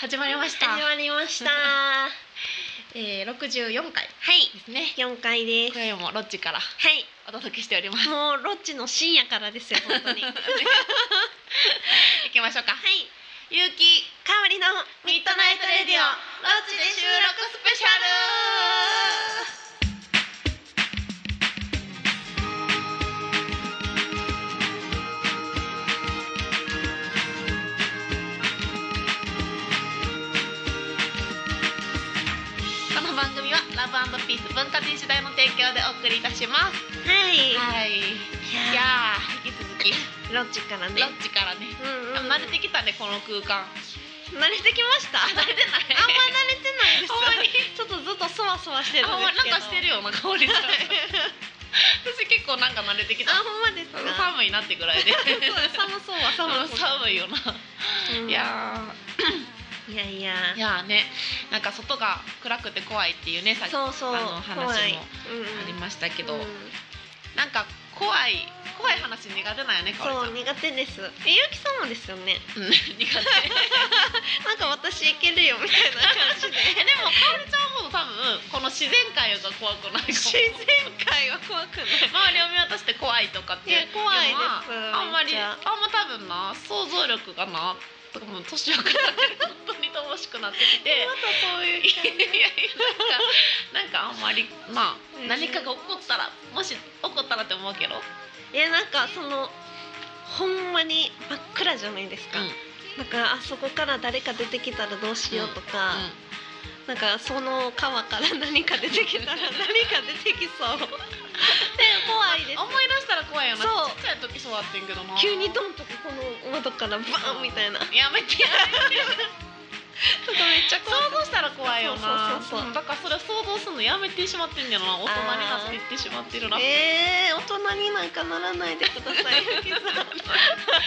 始まりました。始まりま した。えー、六十四回はい、ですね。四回です。今夜もロッチからはお届けしております。い、もうロッチの深夜からですよ、本 当に。はい、行きましょうか。ゆうきかおりのミッドナイトレディオ、ロッチで収録スペシャル。この番組はラブピース文化人次第の提供でお送りいたします。はい、はい。いいややー引き続きーロッチからねロ。ッチからね。うんでうもん、慣れてきたねこの空間。慣れてきました。あんま慣れてない。慣れてないです。ほんまにちょっとずっとそわそわしてるんあんでますけど。なんかしてるような香りが私結構なんか慣れてきたあ、ほんまですか。寒いなってぐらい でそう寒そうは寒そう。寒いよな、うんいや いやいや。ーいやーねなんか外が暗くて怖いっていうねさっきあそうそう。あの話も怖いうんうんりましたけど、うんなんか怖い怖い話苦手なんよねかそおりう 苦手です。えゆうきさんもですよね。ちゃん、うん、苦手でなんか私いけるよみたいな感じで。もかおりちゃんほど多分この自然界が怖くないかも自然界は怖くない。周りを見渡して怖いとかっていやう怖いですのはあんまりめっちあゃんま多分な想像力がなとかもう年を重ねて本当に乏しくなってき てまたそういういやいやなんかなんかあんまりまあうん何かが起こったらもし起こったらって思うけど、 いやなんかそのほんまに真っ暗じゃないですか。だからあそこから誰か出てきたらどうしようとか、なんかその川から何か出てきたら 何か出てきそう。で怖いです。思い出したら怖いよなそうちっちゃい時そうだってんけどな急にドンとかこの窓からバーンみた いな。とかやめてやめてめっちゃ想像したら怖いよなそうそうそうそうだからそれを想像するのやめてしまってんねやろな大人になっていってしまってるなええー、大人になんかならないでください。ゆうきさん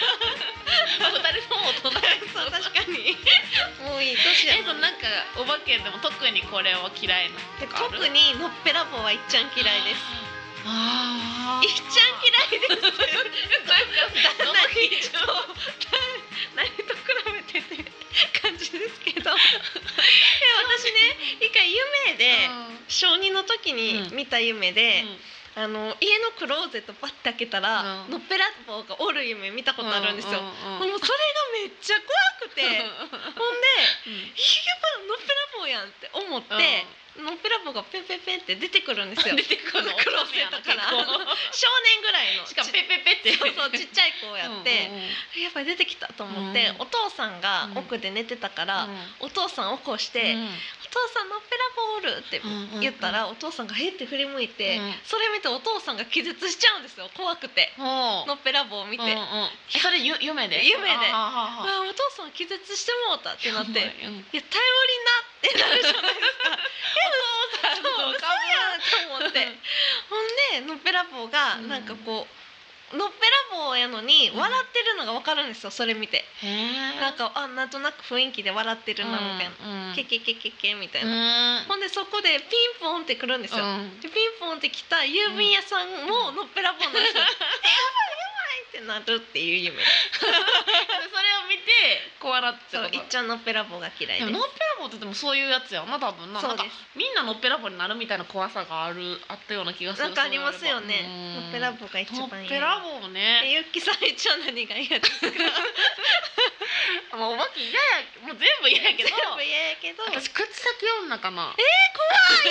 二人とも大人やけどそう確かにもういい年や えとなんかお化けでも特にこれを嫌いなでとかあ特るにのっぺらぼうはいっちゃん嫌いですあーいっちゃん嫌いですなんかどんな日常何と比べてって感じですけどいや私ね一回夢で、小2の時に見た夢で、あの家のクローゼットパッて開けたら、うんのっぺらぼうがおる夢見たことあるんですよ、もうそれがめっちゃ怖くてほんでひげばのっぺらぼうやんって思って、のっぺらぼうがペンペンペンって出てくるんですよ 出てくるのクローゼットから大人やな結少年ぐらいの構 しかもペペペってちそうそうちっちゃい子をやって、うんうんうんやっぱり出てきたと思って、うんお父さんが奥で寝てたから、お父さん起こして、うんお父さんのっぺらぼうおるって言ったら、お父さんがへって振り向いて、うんそれ見てお父さんが気絶しちゃうんですよ怖くてもうのっぺらぼうを見て、うんうんあえそれゆ夢で夢で あーあーあーお父さん気絶してもうたってーなって いやうんう頼りなんってなるじゃないですかそうそう嘘やんと思ってほんでのっぺらぼうがうんなんかこう、のっぺらぼうやのにうん笑ってるのがわかるんですよそれ見て、へえなんかあなんとなく雰囲気で笑ってるなみたいな、な、うん、ケケケケケみたいな、なほんでそこでピンポンって来るんですよ、でピンポンって来た郵便屋さんものっぺらぼうなんです よ、えやばいやばいってなるっていう夢それを見てこう笑ってそういっちゃんのっぺらぼうが嫌いでですものっぺらぼうってでもそういうやつやんな多分なそなうんでかすみんなのっぺらぼうになるみたいな怖さがあるあったような気がするなんかありますよねうんのっぺらぼうが一のっ番ぺ嫌らぼうねえゆっきさん一応何が嫌ですか もうお化け嫌やもう全部嫌や けど全部嫌やけど私口先女かなえもう予想外名前言っただけ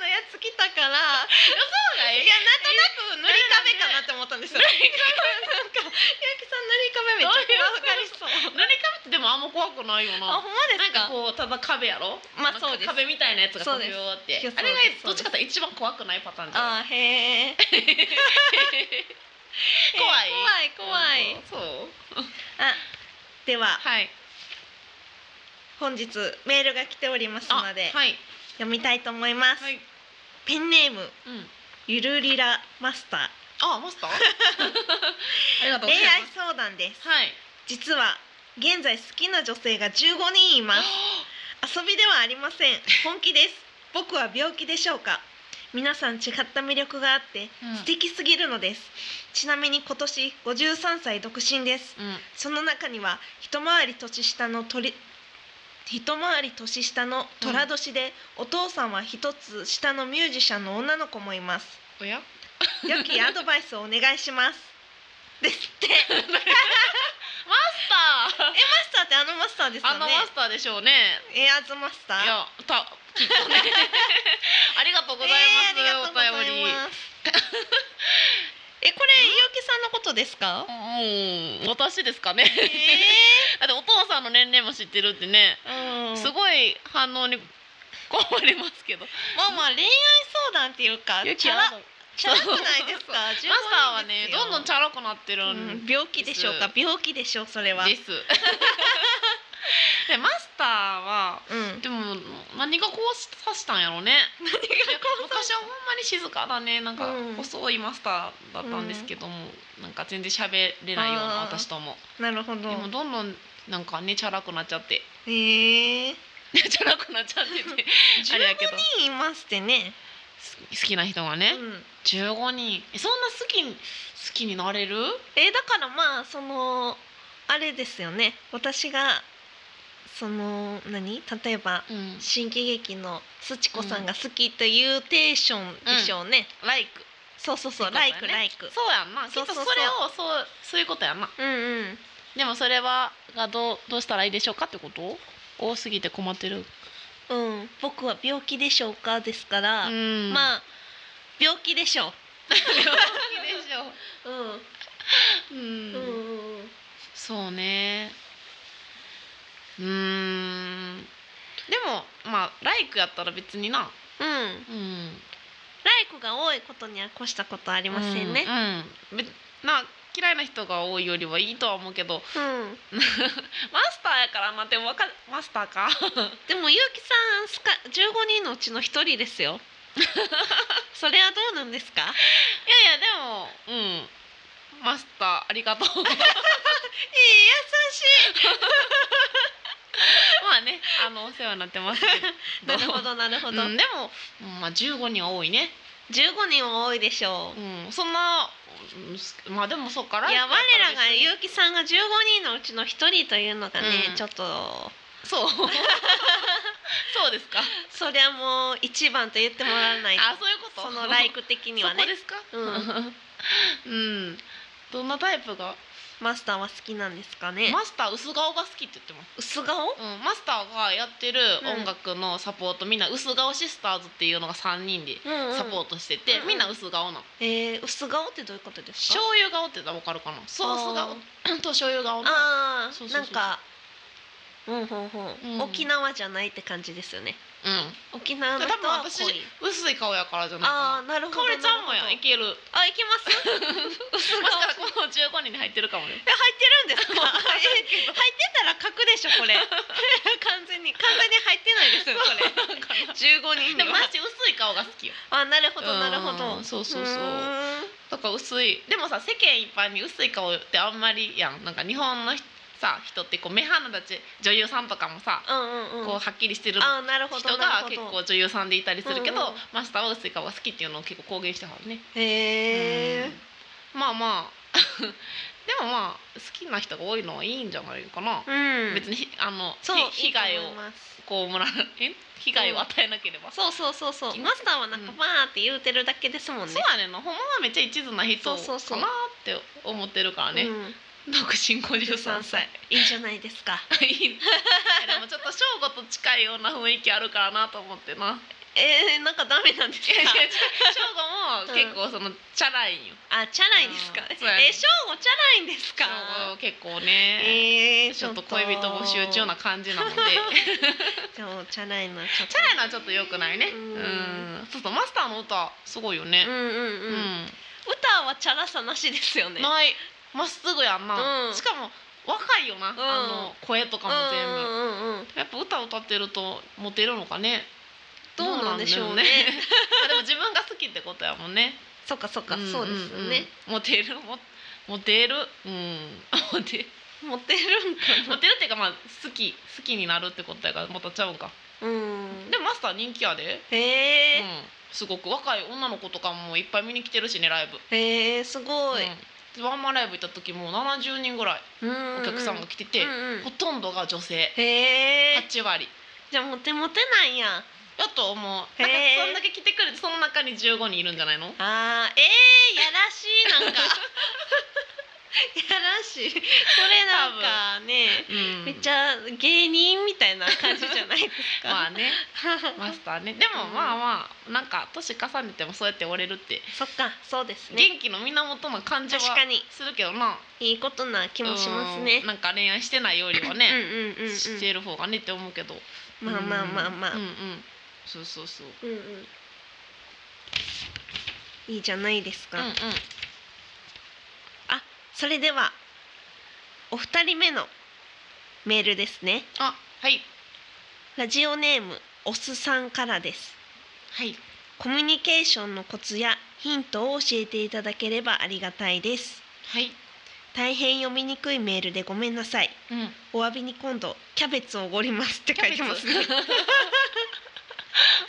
のやつ来たから予想い外やなんとなく塗り壁かなって思ったんですよ塗り壁なんかゆうきさん塗り壁めっちゃ怖がりそう塗り壁ってでもあんま怖くないよあなほんまでなんすかかこうただ壁やろまあなんかそうです壁みたいなやつがそう飛でびすよーっていやそうあれがですどっちかって一番怖くないパターンじゃんあーへえ怖い怖い怖いそうあでははい本日メールが来ておりますあのではい読みたいと思います、はいペンネームうんゆるりらマスタあマ スターありがーとう恋ござい愛ます相談ですはい実は現在好きな女性が15人います遊びではありません本気です僕は病気でしょうか皆さん違った魅力があってうん素敵すぎるのです、ちなみに今年53歳独身ですうんその中には一回り年下の鳥一回り年下の寅年で、お父さんは一つ下のミュージシャンの女の子もいますおや良きアドバイスをお願いしますですってマスターえマスターってあのマスターですあよのねマスターでしょうねエアーズマスターいやたきっと ねありがとうございます、えーありがとうございお便りますえこれゆうきさんのことですか？うん私ですかね ええだってお父さんの年齢も知ってるってね、うんすごい反応に困りますけどまあまあ恋愛相談っていうかゆきチャラあのチャラくないですか？マスマスターはねどんどんチャラくなってるうんん病気でしょうか病気でしょうそれは。うでんす でマスターはうんでも何がこうさしたんやろうね昔はほんまに静かだねなんかうん細いマスターだったんですけども、なんか全然喋れないようなあー私ともなるほどで。もどんどんなんかねチャラくなっちゃってええ チャラくなっちゃってて あれやけど15人いますってね。好きな人がね、うん15人えそんな好きに好きになれるえだからまあそのあれですよね。私がその何例えば。うん新喜劇のすちこさんが好きというテンションでしょうね、ライクそうそうそう、ってライこクとやねライクそうやんなきっそうとそうそれそうをそうそういうことやんなうんうんでもそれはがどうどうしたらいいでしょうかってこと多すぎて困ってるうん僕は病気でしょうかですから、んあ まあ病気でしょ病気でしょうう、うんん、うんうん、そうねうーんでもまあライクやったら別になうんライクが多いことには越したことありませんねうん、うんべな嫌いな人が多いよりはいいとは思うけどうん、マスターやからなでもわかマスター かでもゆうきさんすか15人のうちの一人ですよ それはどうなんですかいやいやでもうんマスターあり がとうえー、まあねあのお世話になってますけど 優しいなるほどなるほど、うん、でも、うんまあ、15人は多いね、 15人は多いでしょううん、そんなうんまあでもそっからいや我らがう結城さんが15人のうちの1人というのがね、うんちょっとそ うそうですかそりゃもう一番と言ってもらわないとあそういうことそのライク的にはねそこですかううんどんなタイプが、マスターは好きなんですかね、マスター薄顔が好きって言ってます薄顔うん、マスターがやってる音楽のサポート、みんな薄顔シスターズっていうのが3人でうんうんサポートしてて、うんうんみんな薄顔なのえー、薄顔ってどういうことですか醤油顔って言ったら分かるかなソースあ顔と醤油顔のあそうーそうなそんうかうんほんほん、うん沖縄じゃないって感じですよねう沖縄んの多人分は私濃い薄い顔やからじゃないあかあなるなほかどおりちゃんもやなんいるほけるどあいき ます薄マ顔スターこの15人に入ってるかもねえ 入ってるんですかえ入ってたら角でしょこれ 完全に完全に入ってないですよこれなん かな15人ででもはマジ薄い顔が好きよあなるほどうんなるほどそうそうそうーんだから薄いでもさ世間一般に薄い顔ってあんまりやんなんか日本のひさ人ってこう目鼻立ち女優さんとかもさ、うんうんこううんはっきりしてるあなるほど人ながるほ結ど構女優さんでいたりするけど、うんうんマスターは薄い顔が好きっていうのを結構公言してはるねへえうんまあまあ でもまあ好きな人が多いのはいいんじゃないかな、うん別にひあのそうひ被害をいいと思いますこうもらうえ被害を与えなければ、そうそうそうそう気マスターはなんかうんバーって言うてるだけですもんそねうやねんなほんまはめっちゃ一途な人かなそうそうそうって思ってるからね、うん独身53 13歳歳いいじゃないです かいいねいやでもちょっと正吾と近いような雰囲気あるからなと思ってなえー、なんかダメなんですかいやいや正吾も結構そのチャラいんよ あチャラいですかうんそうやねえしょうごチャラいんですか正吾は結構ね、えーちょっと恋人募集中な感じなので でチャもチャラいなちょっとラいのはちょっと良くないねううんんそうそうマスターの歌すごいよねうんうんううん、歌はチャラさなしですよねないまっすぐやんな、うんしかも若いよな、んあの声とかも全部、うんうんうんうんやっぱ歌を歌ってるとモテるのかねどうなんでしょうねどなんだろまあでも自分が好きってことや もんねそっかそっか、そうですよねうんうんうんモテるもモテるうんモテ モテるんか モテるっていうかままあ好き好きになるってことやからまたちゃうんかうんでもマスター人気やで、へうえん、すごく若い女の子とかもいっぱい見に来てるしねライブへえすごい、うんワンマンライブ行った時も70人ぐらいうん、お客さんが来てて、うんうんほとんどが女性へえ8割じゃあモテモテなんややと思うなんかへえそんだけ来てくれてその中に15人いるんじゃないのあーえー、やらしいな んかやらしいこれなんかねうんめっちゃ芸人みたいな感じじゃないですか、まあね マスターねでうもんまあまあなんか年重ねてもそうやって折れるってそっかそうですね元気の源な感じは確かにするけどないいことな気もしますねうんなんか恋愛してないよりはね、うんうんうんしてる方がねって思うけどうんまあまあまあまあうんうんそうそうそううんうんいいじゃないですうか、んうんそれではお二人目のメールですねあはいラジオネームおすさんからですはいコミュニケーションのコツやヒントを教えていただければありがたいですはい大変読みにくいメールでごめんなさいうんお詫びに今度キャベツをおごりますってキ書ャいベてツ ますね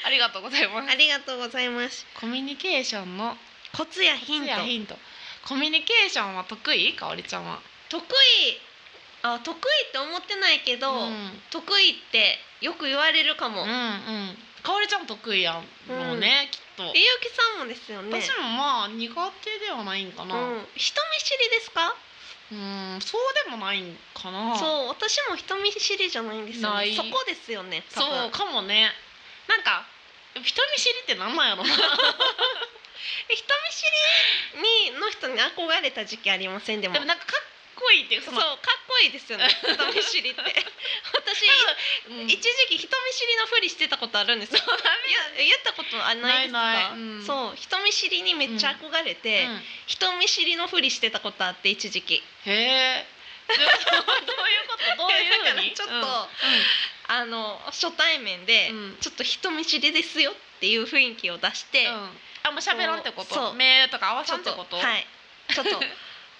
ありがとうございますありがとうございますコミュニケーションのコツやヒントやヒントコミュニケーションは得意かおりちゃんは得意あ得意って思ってないけど、うん、うん得意ってよく言われるかも、うえゆんかおりちゃん得意やんもうね、きっときさんもですよね私もまあ苦手ではないんかなうん、人見知りですかうんそうでもないんかなそう私も人見知りじゃないんですよ、なね、いそこですよね多そ分うかもねなんか人見知りってなんなんやろなえ人見知りにの人に憧れた時期ありませんでもでもなんかかっこいいっていうそそうのかっこいいですよね人見知りって私、うん一時期人見知りのふりしてたことあるんですよ言言ったことはないですかないないうんそう人見知りにめっちゃ憧れて、うん人見知りのふりしてたことあって一時期へえでもどういうことどういうふうに だからちょっとあの初対面で、うんちょっと人見知りですよっていう雰囲気を出して、うんうんあもう喋らんってこそとう目とか合わちさょんっってとことはいちょっと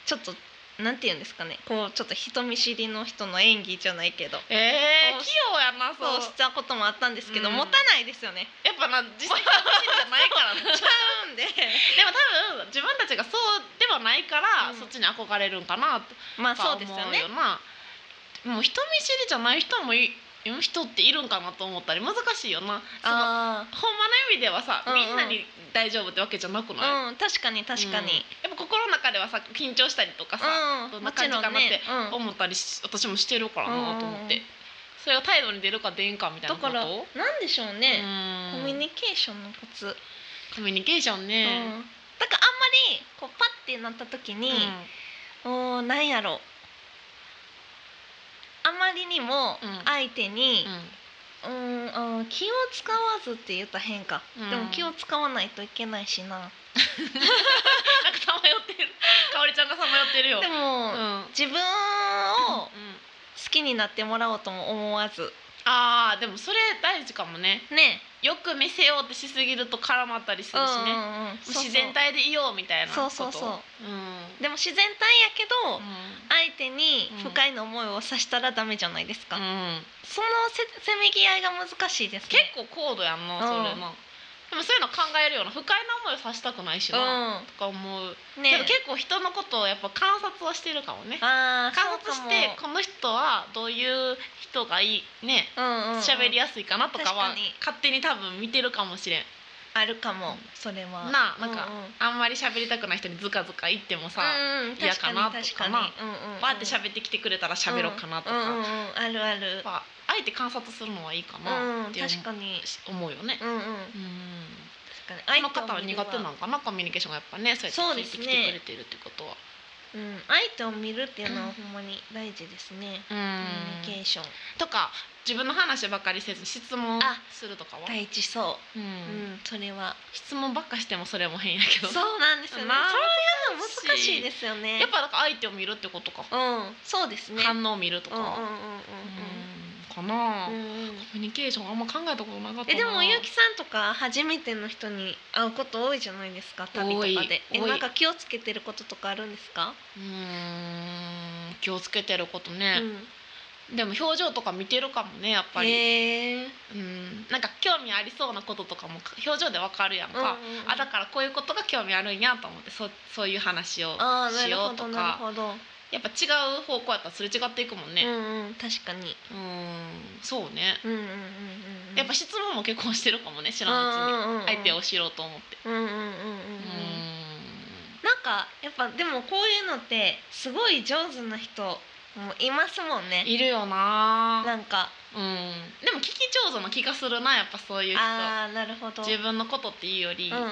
ちょっとなんて言うんですかねこうちょっと人見知りの人の演技じゃないけどえそー、う器用やなそうそうしたこともあったんですけど、うん持たないですよ ねやっぱな実際人見知りじゃないからなちゃうんででも多分自分たちがそうではないから、うんそっちに憧れるんかなとまあかそう思でうすよよねなもう人見知りじゃない人もい人っているんかなと思ったり難しいよなそのあほんまの意味ではさ、うんうんみんなに大丈夫ってわけじゃなくない、あうん確かに確かうんにやっぱ心の中ではさ緊張したりとかさ、うん、どんもなち感じろかんなってね、うん、思ったりし私もしてるからなと思って、うんそれが態度に出るか出んかみたいなだことからなんでしょうね、うんコミュニケーションのコツ、コミュニケーションうん、だからあんね、まりこうパッてなった時うに、おーなんやろうあまりにもうん相手にう、んうーん、あー気を使わずって言ったら変か、うんでも気を使わないといけないしななんかさまよってるかおりちゃんがさまよってるよでも、うん自分を好うんきになってもらおうとも思わずあーでもそれ大事かもねねよく見せようってしすぎると絡まったりするしね、もうんうんうんう自然体でいようみたいなこと、そうそうそうんでも自然体やけど、相手に不快な思いをさしたらダメじゃないですか、うん、そのせせめぎ合いが難しいです結ね構高度やんうなんそれな、でもそういうの考えるような不快な思いをさせたくないしな、とか思う、うんねでも結構人のことをやっぱ観察はしてるかもねあー観そう察かもしてこの人はどういう人がいいねうんうんうん喋りやすいかなとかは確かに勝手に多分見てるかもしれんあるかもそれはなあなんかうんうんあんまり喋りたくない人にズカズカ言ってもさ、うんうん、嫌かな確とかにな確にうんうんうんバーって喋ってきてくれたら喋ろうかなとうか、んうんうんやっあるあるぱあえて観察するのはいいかうなんって思う確かに思うよねう。んうんうん確かあにの方は苦手なののかなコミュニケーションがやっぱねそうそうやってで聞いすてねきてくれてるってことは。うん相手を見るっていうのうはんほんまに大事ですねうコミんュニケーションとか自分の話ばかりせず質問あするとかは、第一そううんうんそれ は質問ばっかしてもそれも変やけどそうなんですよねなあそういうの難しいですよねやっぱなんか相手を見るってことか、うんそうですね反応を見るとうんうんか、うんかな、うんうコんうんうんミュニケーションあんま考えたことなかったなえでもゆうきさんとか初めての人に会うこと多いじゃないですか旅と多かでいえ多いなんか気をつけてることとかあるんですか、うーん気をつけてることうね、んでも表情とか見てるかもねやっぱり、えーうん、なんか興味ありそうなこととかも表情でわかるやんか、うんうんうんあだからこういうことが興味あるんやと思ってそそういう話をああなしるよほうとどなるかほど、やっぱ違う方向やったらすれ違っていくもんうねんうん確かにうんそうね、うんうんうんうんやっぱ質問も結婚してるかもね知らんううんうんうんうちんに相手を知ろうと思ってうんうんうんうんうんうんなんかやっぱでもこういうのってすごい上手な人もいますもんねいるよななんかうんでも聞き上手な気がするなやっぱそういう人ああなるほど確自分のことっていうよりうんうんうんん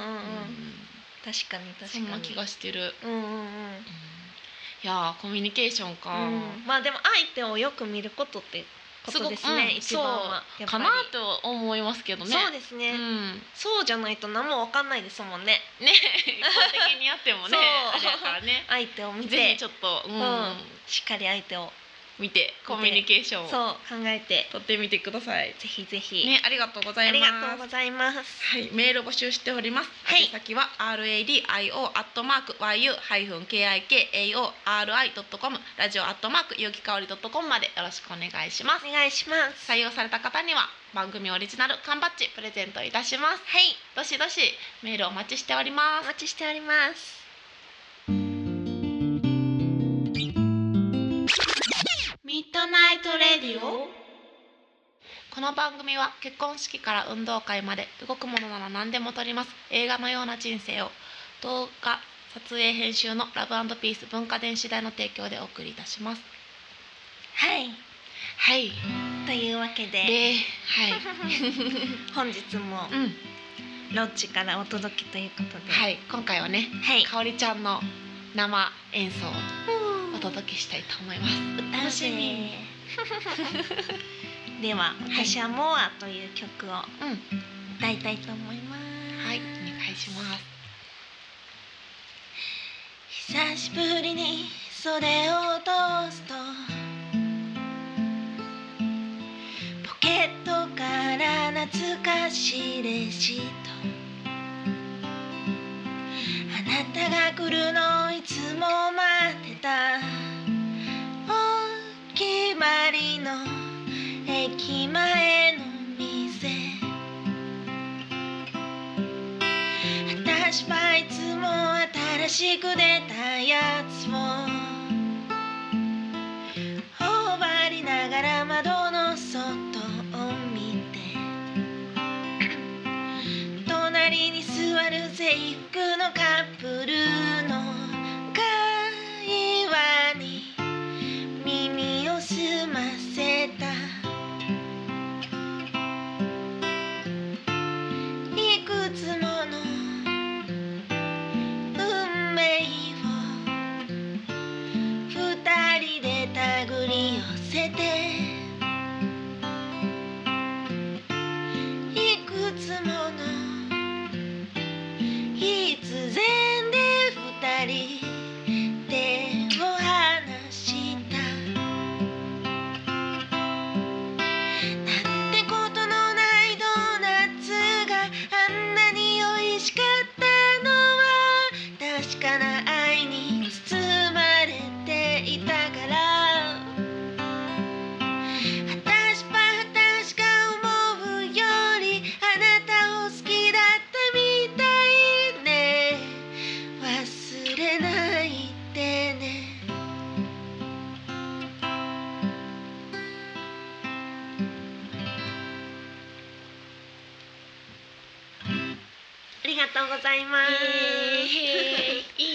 かに確かにそんな気がしてるうんうんうんいやーコミュニケーションか、うんまあでも相手をよく見ることってことですねうん一番はそうやっぱかりなと思いますけどねそうですね、うん、ねそうじゃないと何もわかんないですもんね一般的にやってもね そうあれやからね相手 を見ぜてひちょっと、うんうんしっかり相手を見てコミュニケーションそうを考えて取ってみてくださいぜひぜひ、ねありがとうござあいまりすがとうございますはい、メールを募集しております。はい宛先は r a d i o アットマーク y u ハイフン k i k a o r i ドットコムラジオアットマーク有機香りドットコムまでよろしくお願いします。お願いします採用された方には番組オリジナル缶バッジプレゼントいたします。はい、どしどしメールお待ちしておりまおす。待ちしておりますミッドナイトレディオこの番組は結婚式から運動会まで動くものなら何でも撮ります映画のような人生を動画撮影編集のラブピース文化電子代の提供でお送りいたします。はいはい。というわけで で、はい。 本日も うん、ロッジからお届けということで、はいい、今回はね、はい、かおりちゃんの生演奏をお届けしたいと思います。楽し みでは私は「モア」という曲をうん、歌いたいと思います、はい、お願いします。久しぶりに袖を通すとポケットから懐かしいレシートあなたが来るのいつも待ってたお決まりの駅前の店私はいつも新しく出たやつを頬張りながら窓の外を見て隣に座る制服のカップルの会話に耳を澄ませたいくつもの運命を二人で手繰り寄せていくつもの必然で二人手を離したなんてことのないドーナツがあんなに美味しかったのは確かな愛に包まれていたから私は私が思うよりあなたを好きだったみたいね忘れないでねありがとうございまい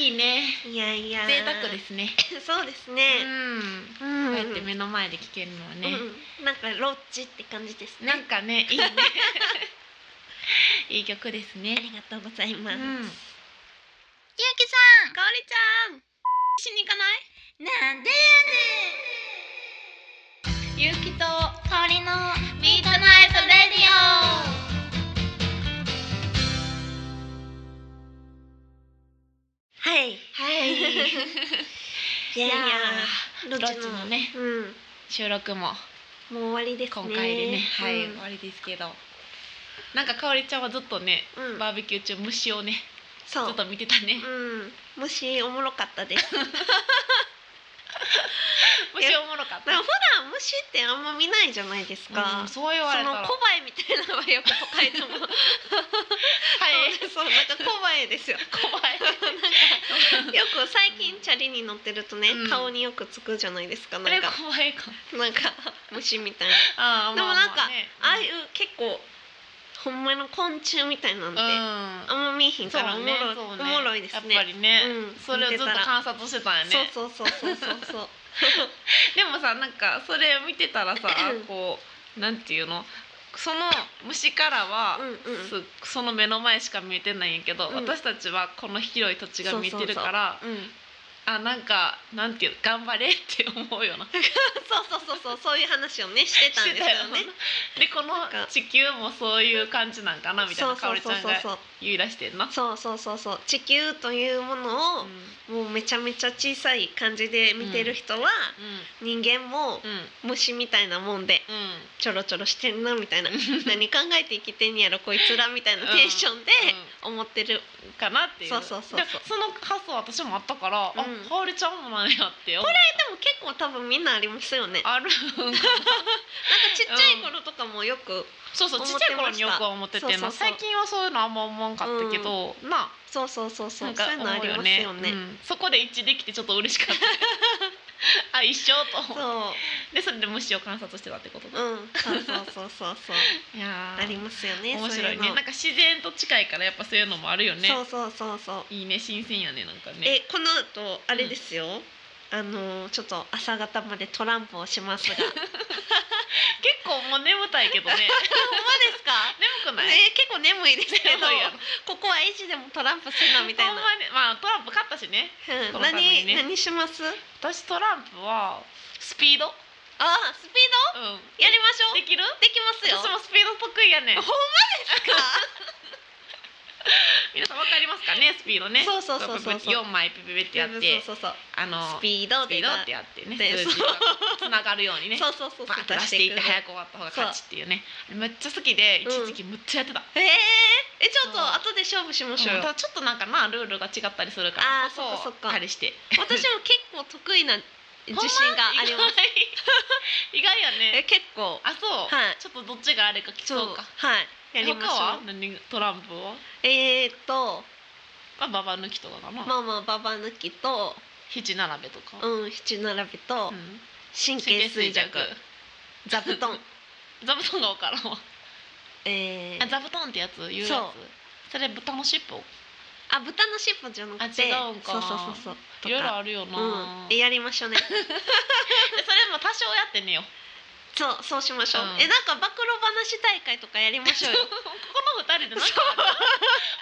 いね。いやいや贅沢ですね。す そうですうね、ん、うんこうやって目の前で聞けるのはね、うん、なんかロッチって感じですねなんかね、 いいね。 いい曲ですあね。りがとうございます、うんゆうきさんかおりちゃんしに行かない？なんでゆうきとやねんかおりのミートナイトレディオ。はい はい。いやいやロッチのね、うん収録ももう終わりですね今回でね、はい、うん終わりですけど。なんかかおりちゃんはずっとね、うんバーベキュー中虫をね、ずそうっと見てたね。うんもしおもろかったです虫おもろかっだからた普段虫ってあんま見ないじゃないですか、うんそそう言われたのらコバエみたいなのはよく都会でもはいそうなんかコバエですよ 怖い よく最近チャリに乗ってるとね、うん顔によくつくじゃないですかあなれんか怖いかなんか虫みたいなあーでもまあなんか、まあねああいう結構ほんまの昆虫みたいなんて、うあんま見えひんんそかうらおもろ,、ねそうねおもろいですねやっぱりねうんそれをずっと見てたら観察してたんやねそうそうそうそうそう そうでもさなんかそれ見てたらさこうなんていうのその虫からは、うんうんすその目の前しか見えてないんやけど、うん私たちはこの広い土地が見えてるからうん、あなんかなんていうの頑張れって思うよなそうそうそうそうそういう話をねしてたんですよねでこのんか地球もそういう感じなんかなみたいそなうそかおうりちそうゃんそうがそう言い出してんな。そうそうそうそう地球というものをうん、もうめちゃめちゃ小さい感じで見てる人は、人間もうん虫みたいなもんでうんちょろちょろしてんなみ たいな何考えて生きてんやろこいつらみたいなテンションで思ってる、かなっていうそうそうそうそうでその発想私もあったから、あうんかおりちゃんもなんやって思うでも結構多分みんなありますよねなんかある ちっちゃい頃とかもよく、そうそうちっちゃい頃によく思ってて思ってなましたそうそうそう最近はそういうのあんま思わんかったけど、なそうそうそうそなうんそかういうのあ思うりまよすねよね、うんそこで一致できてちょっと嬉しかった あ一緒と思うそうでそれで虫を観察してたってことだ、うん、そうそうそうそうそういやーありますよね。面白いそうねうのなんか自然と近いからやっぱそういうのもあるよねそうそうそうそう。いいね新鮮やねなんかねえこの後あれですよ。あのーちょっと朝方までトランプをし ますが。ほんまで結構もう眠たいけど ねすか？眠 くえない、結構眠いですけど眠いやろ、ここは意地でもトランプするなみたいほんな。まにまあトランプ勝ったしねうんこの番組何、ね何します？私トランプはスピード、うあー、スピーん、ドやりましょう。でできるきます私よ。もスピード得意やねほんんまですか？皆さんわかりますかねスピードねそうそうそうそうそう4枚ピピピ ってやってそうそうそう。あのススピピードでードってやってねで数字がつなががるようにねそうそうそうそう。バッと出していってく。早く終わった方が勝ちっていうねめっちゃ好きで一時期むっちゃやってた、えー、えちょっと後で勝負しましょううんよただちょっとなんかなルールが違ったりするからあーこそっかそっかあれして私も結構得意な 自信があります。す意外やえね結構あそう、はいちょっとどっちがあれか聞そうこうかはいやりまし他はょう。何トランプをえー、っとまあババ抜きとかかな、まあまあババ抜きと肘並べとか、うん七並べとうん神経衰弱座布団座布団が分からんわえあー、座布団ってやつ言うやつそうそれ豚の尻尾あ豚の尻尾じゃなくてあ違うんかそうそうそうそうとかいろいろあるよな、うんええやりましょうねそれも多少やってねよ そうそうしましょう、うんえなんか暴露話大会とかやりましょうよ この二人でなんか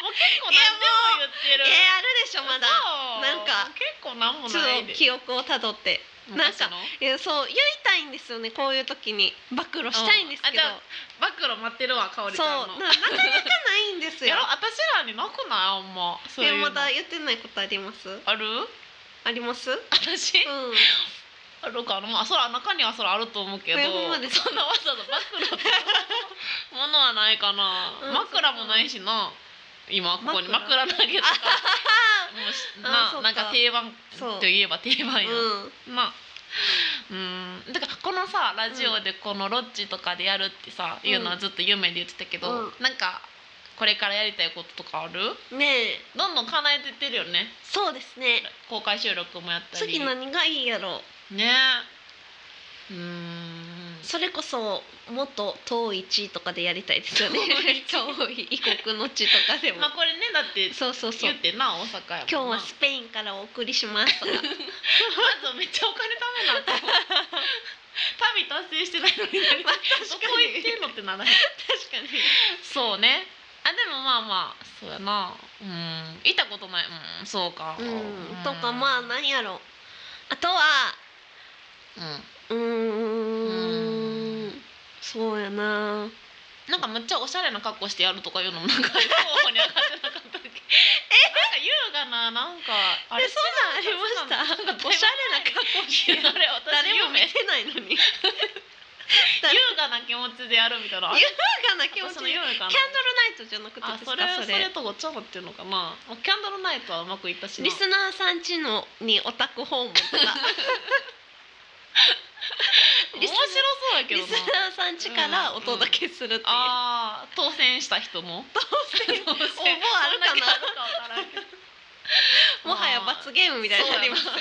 もう結構何でも言ってえー、るあるでしょまだそうなんか結構なんもちょないっとで記憶をたどってなん昔かのいやそう言いたいんですよねこういう時に暴露したいんですけど、うんあじゃ暴露待ってるわ香りちそうなゃんなのかなかないんですよ やろ私らになくないあんまそういえうまのだ言ってないことありますある ありますうん私あるかなまあそら中にはそらあると思うけどえほんまですかそんなわざわざ枕 とかものはないかな、うん枕もないしな今ここに枕枕投げとかもうしあそなっかなんか定番そうといえば定番やん、うんまあうんだからこのさラジオでこのロッジとかでやるってさ、うんいうのはずっと夢で言ってたけど、うんなんかこれからやりたいこととかあるねえどんどん叶えてってるよねそうですね公開収録もやったり次何がいいやろねうーんそれこそもっと遠い地とかでやりたいですよね 遠 い異国の地とかでも、まあこれねだってそうそうそう言ってな大阪や今日もんなはスペインからお送りしますとかまずめっちゃお金貯めなあかん 旅達成してないのにまあど確こか行にってんのってならへん確かにそうねあでもまあまあそうやなうん行ったことないうんそうかうんとかまあなんやろあとはうんううーーんんそうやななんかむっちゃおしゃれな格好してやるとかいうのもなんか候補に上がってなかったっ けえなんか優雅ななんかあれえそんなんありましたそうなんだおしゃれな格好していやあれ私誰も見夢てないのに優誰優雅な気持ちでやるみたいなあれ雅な気持私ちのでキャンドル夢かなナイトじゃなくてあですかそそれれそれとごちゃまっていうのかなキャンドルナイトはうまくいったしなリスナーさんちのにオタク訪問とかそうやけリどなスナーさんちからお届けするっていう、ああ当選した人も当選応募応あ募あるかなあるかわからんけどもはや罰ゲームみたいになりますそうや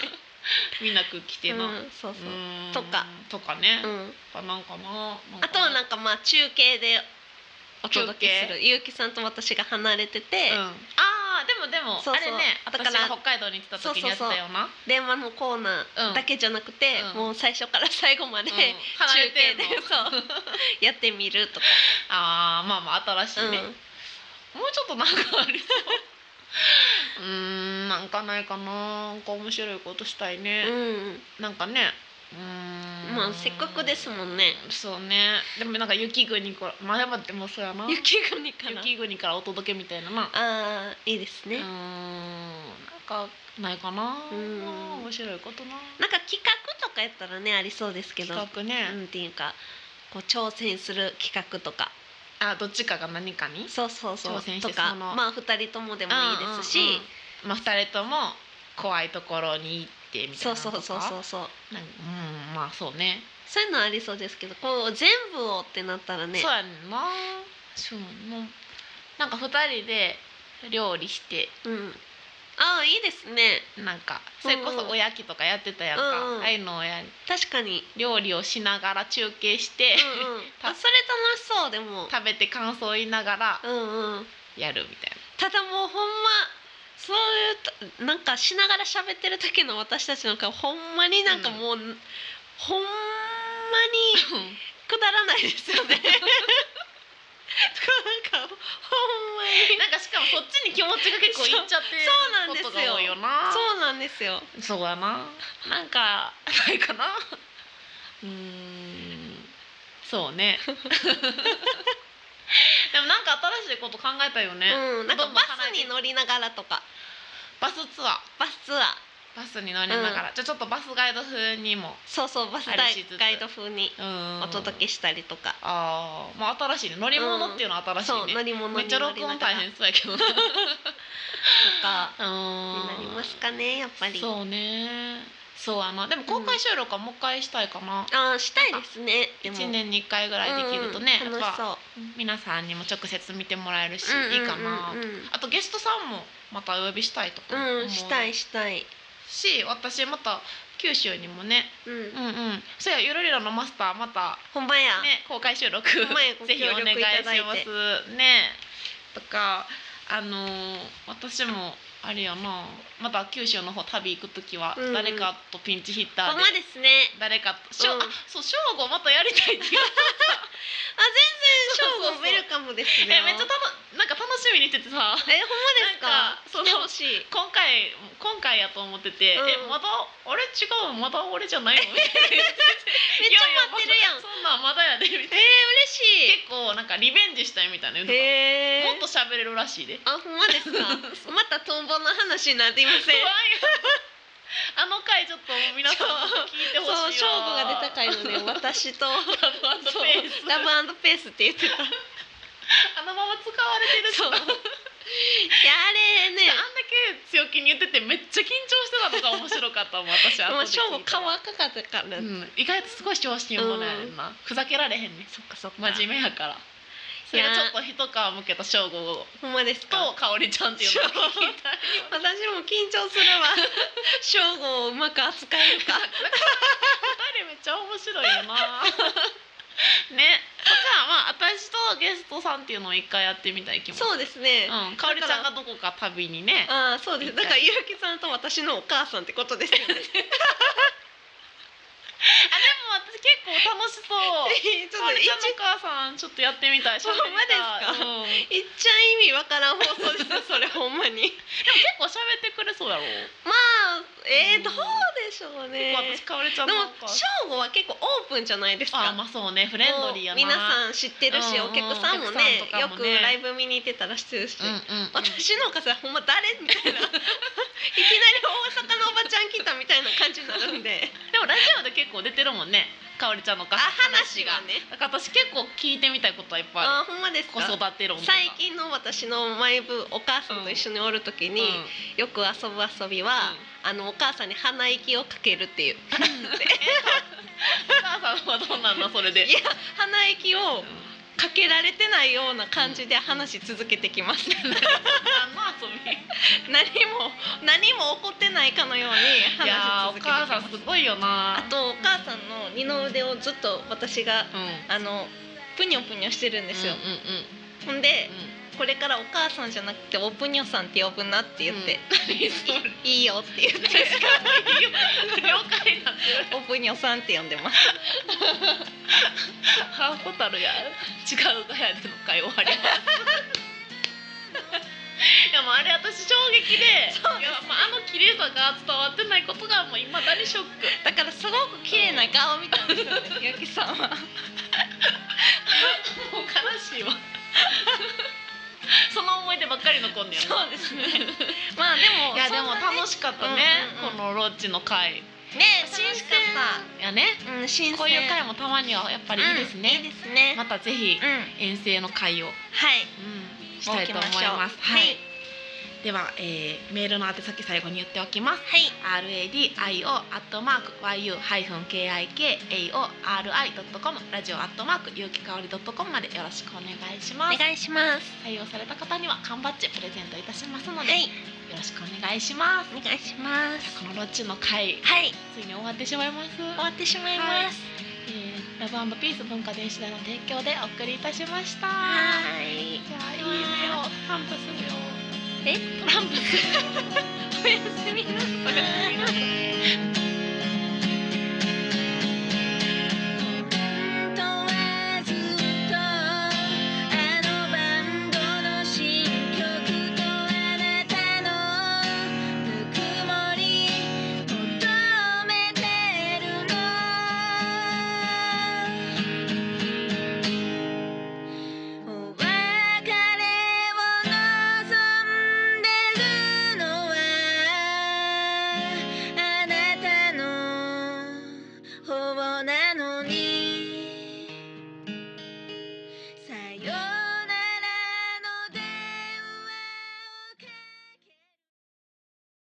みんなく来てな、うん、そうそう、うーんとかとかね、うやっん、ぱなんかななんあかとはなんかまあ中継でおお届けする結城さんと私が離れてて、うん、あーでもでもそうそうあれねだか私らが北海道に行ってた時にやったよな電話のコーナーだけじゃなくて、うんもう最初から最後ま で、うん中離れて継んでのそうやってみるとか、 あーまあまあ新しいね、もうちょっとなんかありそううーんなんかないかななんか面白いことしたいねう、ん、なんかねうーんまあせっかくですもんねそうねでもなんか雪国からまあでもそうやな雪国から雪国からお届けみたいななああいいですね、うーんなんかないかなうん面白いことななんか企画とかやったらねありそうですけど企画ね、うんっていうかこう挑戦する企画とかあどっちかが何かにそうそうそう挑戦してとかそのまあ2人ともでもいいですし、うんうんうんまあ、2人とも怖いところに行ってみたそいうなそとうかそうそうそうなんかうんまあそうねそういうのありそうですけどこう全部をってなったらねそうやねんなそうもうなんか2人で料理してうん、ああいいですねなんかそれこうんそおやきとかやってたやんうんか、うんああいうのをや確かに、料理をしながら中継して、うんう ん、あそれ楽しそうでも、食べて感想言いながらうんうん、やるみたい な。ただもうほんまそういうとなんかしながら喋ってる時の私たちの顔ほんまになんかもう、ほんまにくだらないですよね なんかほんまになんかしかもそっちに気持ちが結構いっちゃってることが多いよな。そうなんですよそうやな。なんかないかな。 うーん。そう ね。でもなんか新しいこと考えたよね。うん、なんかどんどバん離れスていにく乗りながらとかバスツアー、バスツアーバスに乗りながら、じゃあちょっとバスガイド風にも、そうそうバスありしつつガイド風にうんお届けしたりとか、ああ、まあ新しいね。乗り物っていうのは新しいそう乗ね。り物にめっちゃ乗録りな音が大ら変そうや けどとな。かにななりますかねやっぱりそうねそうあのでも公開収録はもう一回したいかな、あーしたいですねでも一1年に1回ぐらいできるとね、うんやっ楽しぱそ皆さんにも直接見てもらえるし、ういいかな、うんうんあとゲストさんもまたお呼びしたいとかうんうん、思う、うんしたいしたい、し私また九州にもねうんうんうんそうやゆるりらのマスターまたほんまや、ね公開収録ほんまやご協ぜひお願い力いただいしてますねとかあのー私もあれやなまた九州の方旅行く時はうん誰かとピンチヒッタほーんでまですね誰かとしょ、うんあそう正午またやりたいってあ言って全然そうシそうョーそうもウェルカムですめね っちゃ楽なんか楽しみにしててさえほんまですかなんかそう来てほしい今回今回やと思ってて、うんえまだあれ違うまだ俺じゃないのみたい なめっちゃ待ってるやんいいまだそんなんまだやでみたいえな結構なんかリベンジしたいみたいな言ー、嬉しいうとかへもっと喋れるらしいであほんまですか またトンボの話になっていませ怖いんよ あの回ちょっと皆さんも聞いてほそうしいショーゴわが出た回のね私とラブアンドそうペースラブペースって言ってた あのまま使われてるし そういやあんだあれねけ強気に言っててめっちゃ緊張してたのが面白かったもん私まあ後でショーゴ聞いた顔ら赤かったから、うん意外とすごい上心者やねんなふざけられへんねんそっかそっか真面目やからそれがちょっと一皮むけた省吾ほんまですかと香織ちゃんっていうのを聞きた私も緊張いする わショーゴをうまく扱えるか二人めっちゃ面白いよな ねとかまあ私とゲストさんっていうのを一回やってみたい気もそうですね、うん、かおりちゃんがどこか旅にねああそうですだからゆうきさんと私のお母さんってことですよ ねあでも私結構楽し そちうょかっおとり一ちゃんのお母さんちょっとやってみたいほんまですか喋りたいう んいっちゃん意味わからん放送ですよそれほんまに結構喋ってくれそうだろう、まあえうんー、どうでしょうね結構私かおりちゃでんのもお母シさんョーゴは結構オープンじゃないですかあまあそうねフレンドリーやなもう皆さん知ってるし、うんうんお客さんもねお客さんよとくかもねライブ見に行ってたらしてるし、うんうんうん私のお母さんほんま誰みたいな いきなり大阪のおばちゃん来たみたいな感じになるんででもラジオで結構出てるもんねかおりちゃんのお母あさん話がねだから私結構聞いてみたいことはいっぱいあるあほんまです子か育て論とか最近の私のマイブお母さんと一緒におる時に、うんよく遊ぶ遊びは、あのお母さんに鼻息をかけるっていうお母さんはどうなんだそれでいや鼻息をかけられてないような感じで話し続けてきます何の遊び何も何も起こってないかのようにいや話ーおし続けてき母ますさんすごいよなあとお母さんの二の腕をずっと私がうんあのぷにょぷにょしてるんですよ、うんうんうんほんでうんこれからお母さんじゃなくておぷにょさんって呼ぶなって言って、 いいいよって言って了解だおぷにょさんって呼んでますハーフホタルや違うガヤでの 会終わりますいやもうあれ私衝撃でそうですいやまああの綺麗さが伝わってないことがもういまだにショックだからすごく綺麗な顔みたいですよねゆきさんはもう悲しいわその思い出ばっかり残んねやろそうで すねまあでもいやでも楽ししかったね、うんうんうんこのロッチの会ね新新鮮やね鮮うん新鮮こういう会ももたまにはやっぱりいいですね、いいですねまたぜひうん遠征の会を、はいうんしたいと思い設けまますしょうははいい、では、えーメールの宛先最後に言っておきますはい radio アットマーク yu ハイフン kikaori.com ラジオアットマーク有機香り .com までよろしくお願いしますお願いします採用された方には缶バッジプレゼントいたしますのはで、よいろしくお願いしますお願いしますこのロッチの会はいついに終わってしまいます、終わってしまいますえーラブピース文化電子台の提供でお送りいたしましたはいじゃあいいねを散布するえよトランプするおやすみなさおいやすみなさい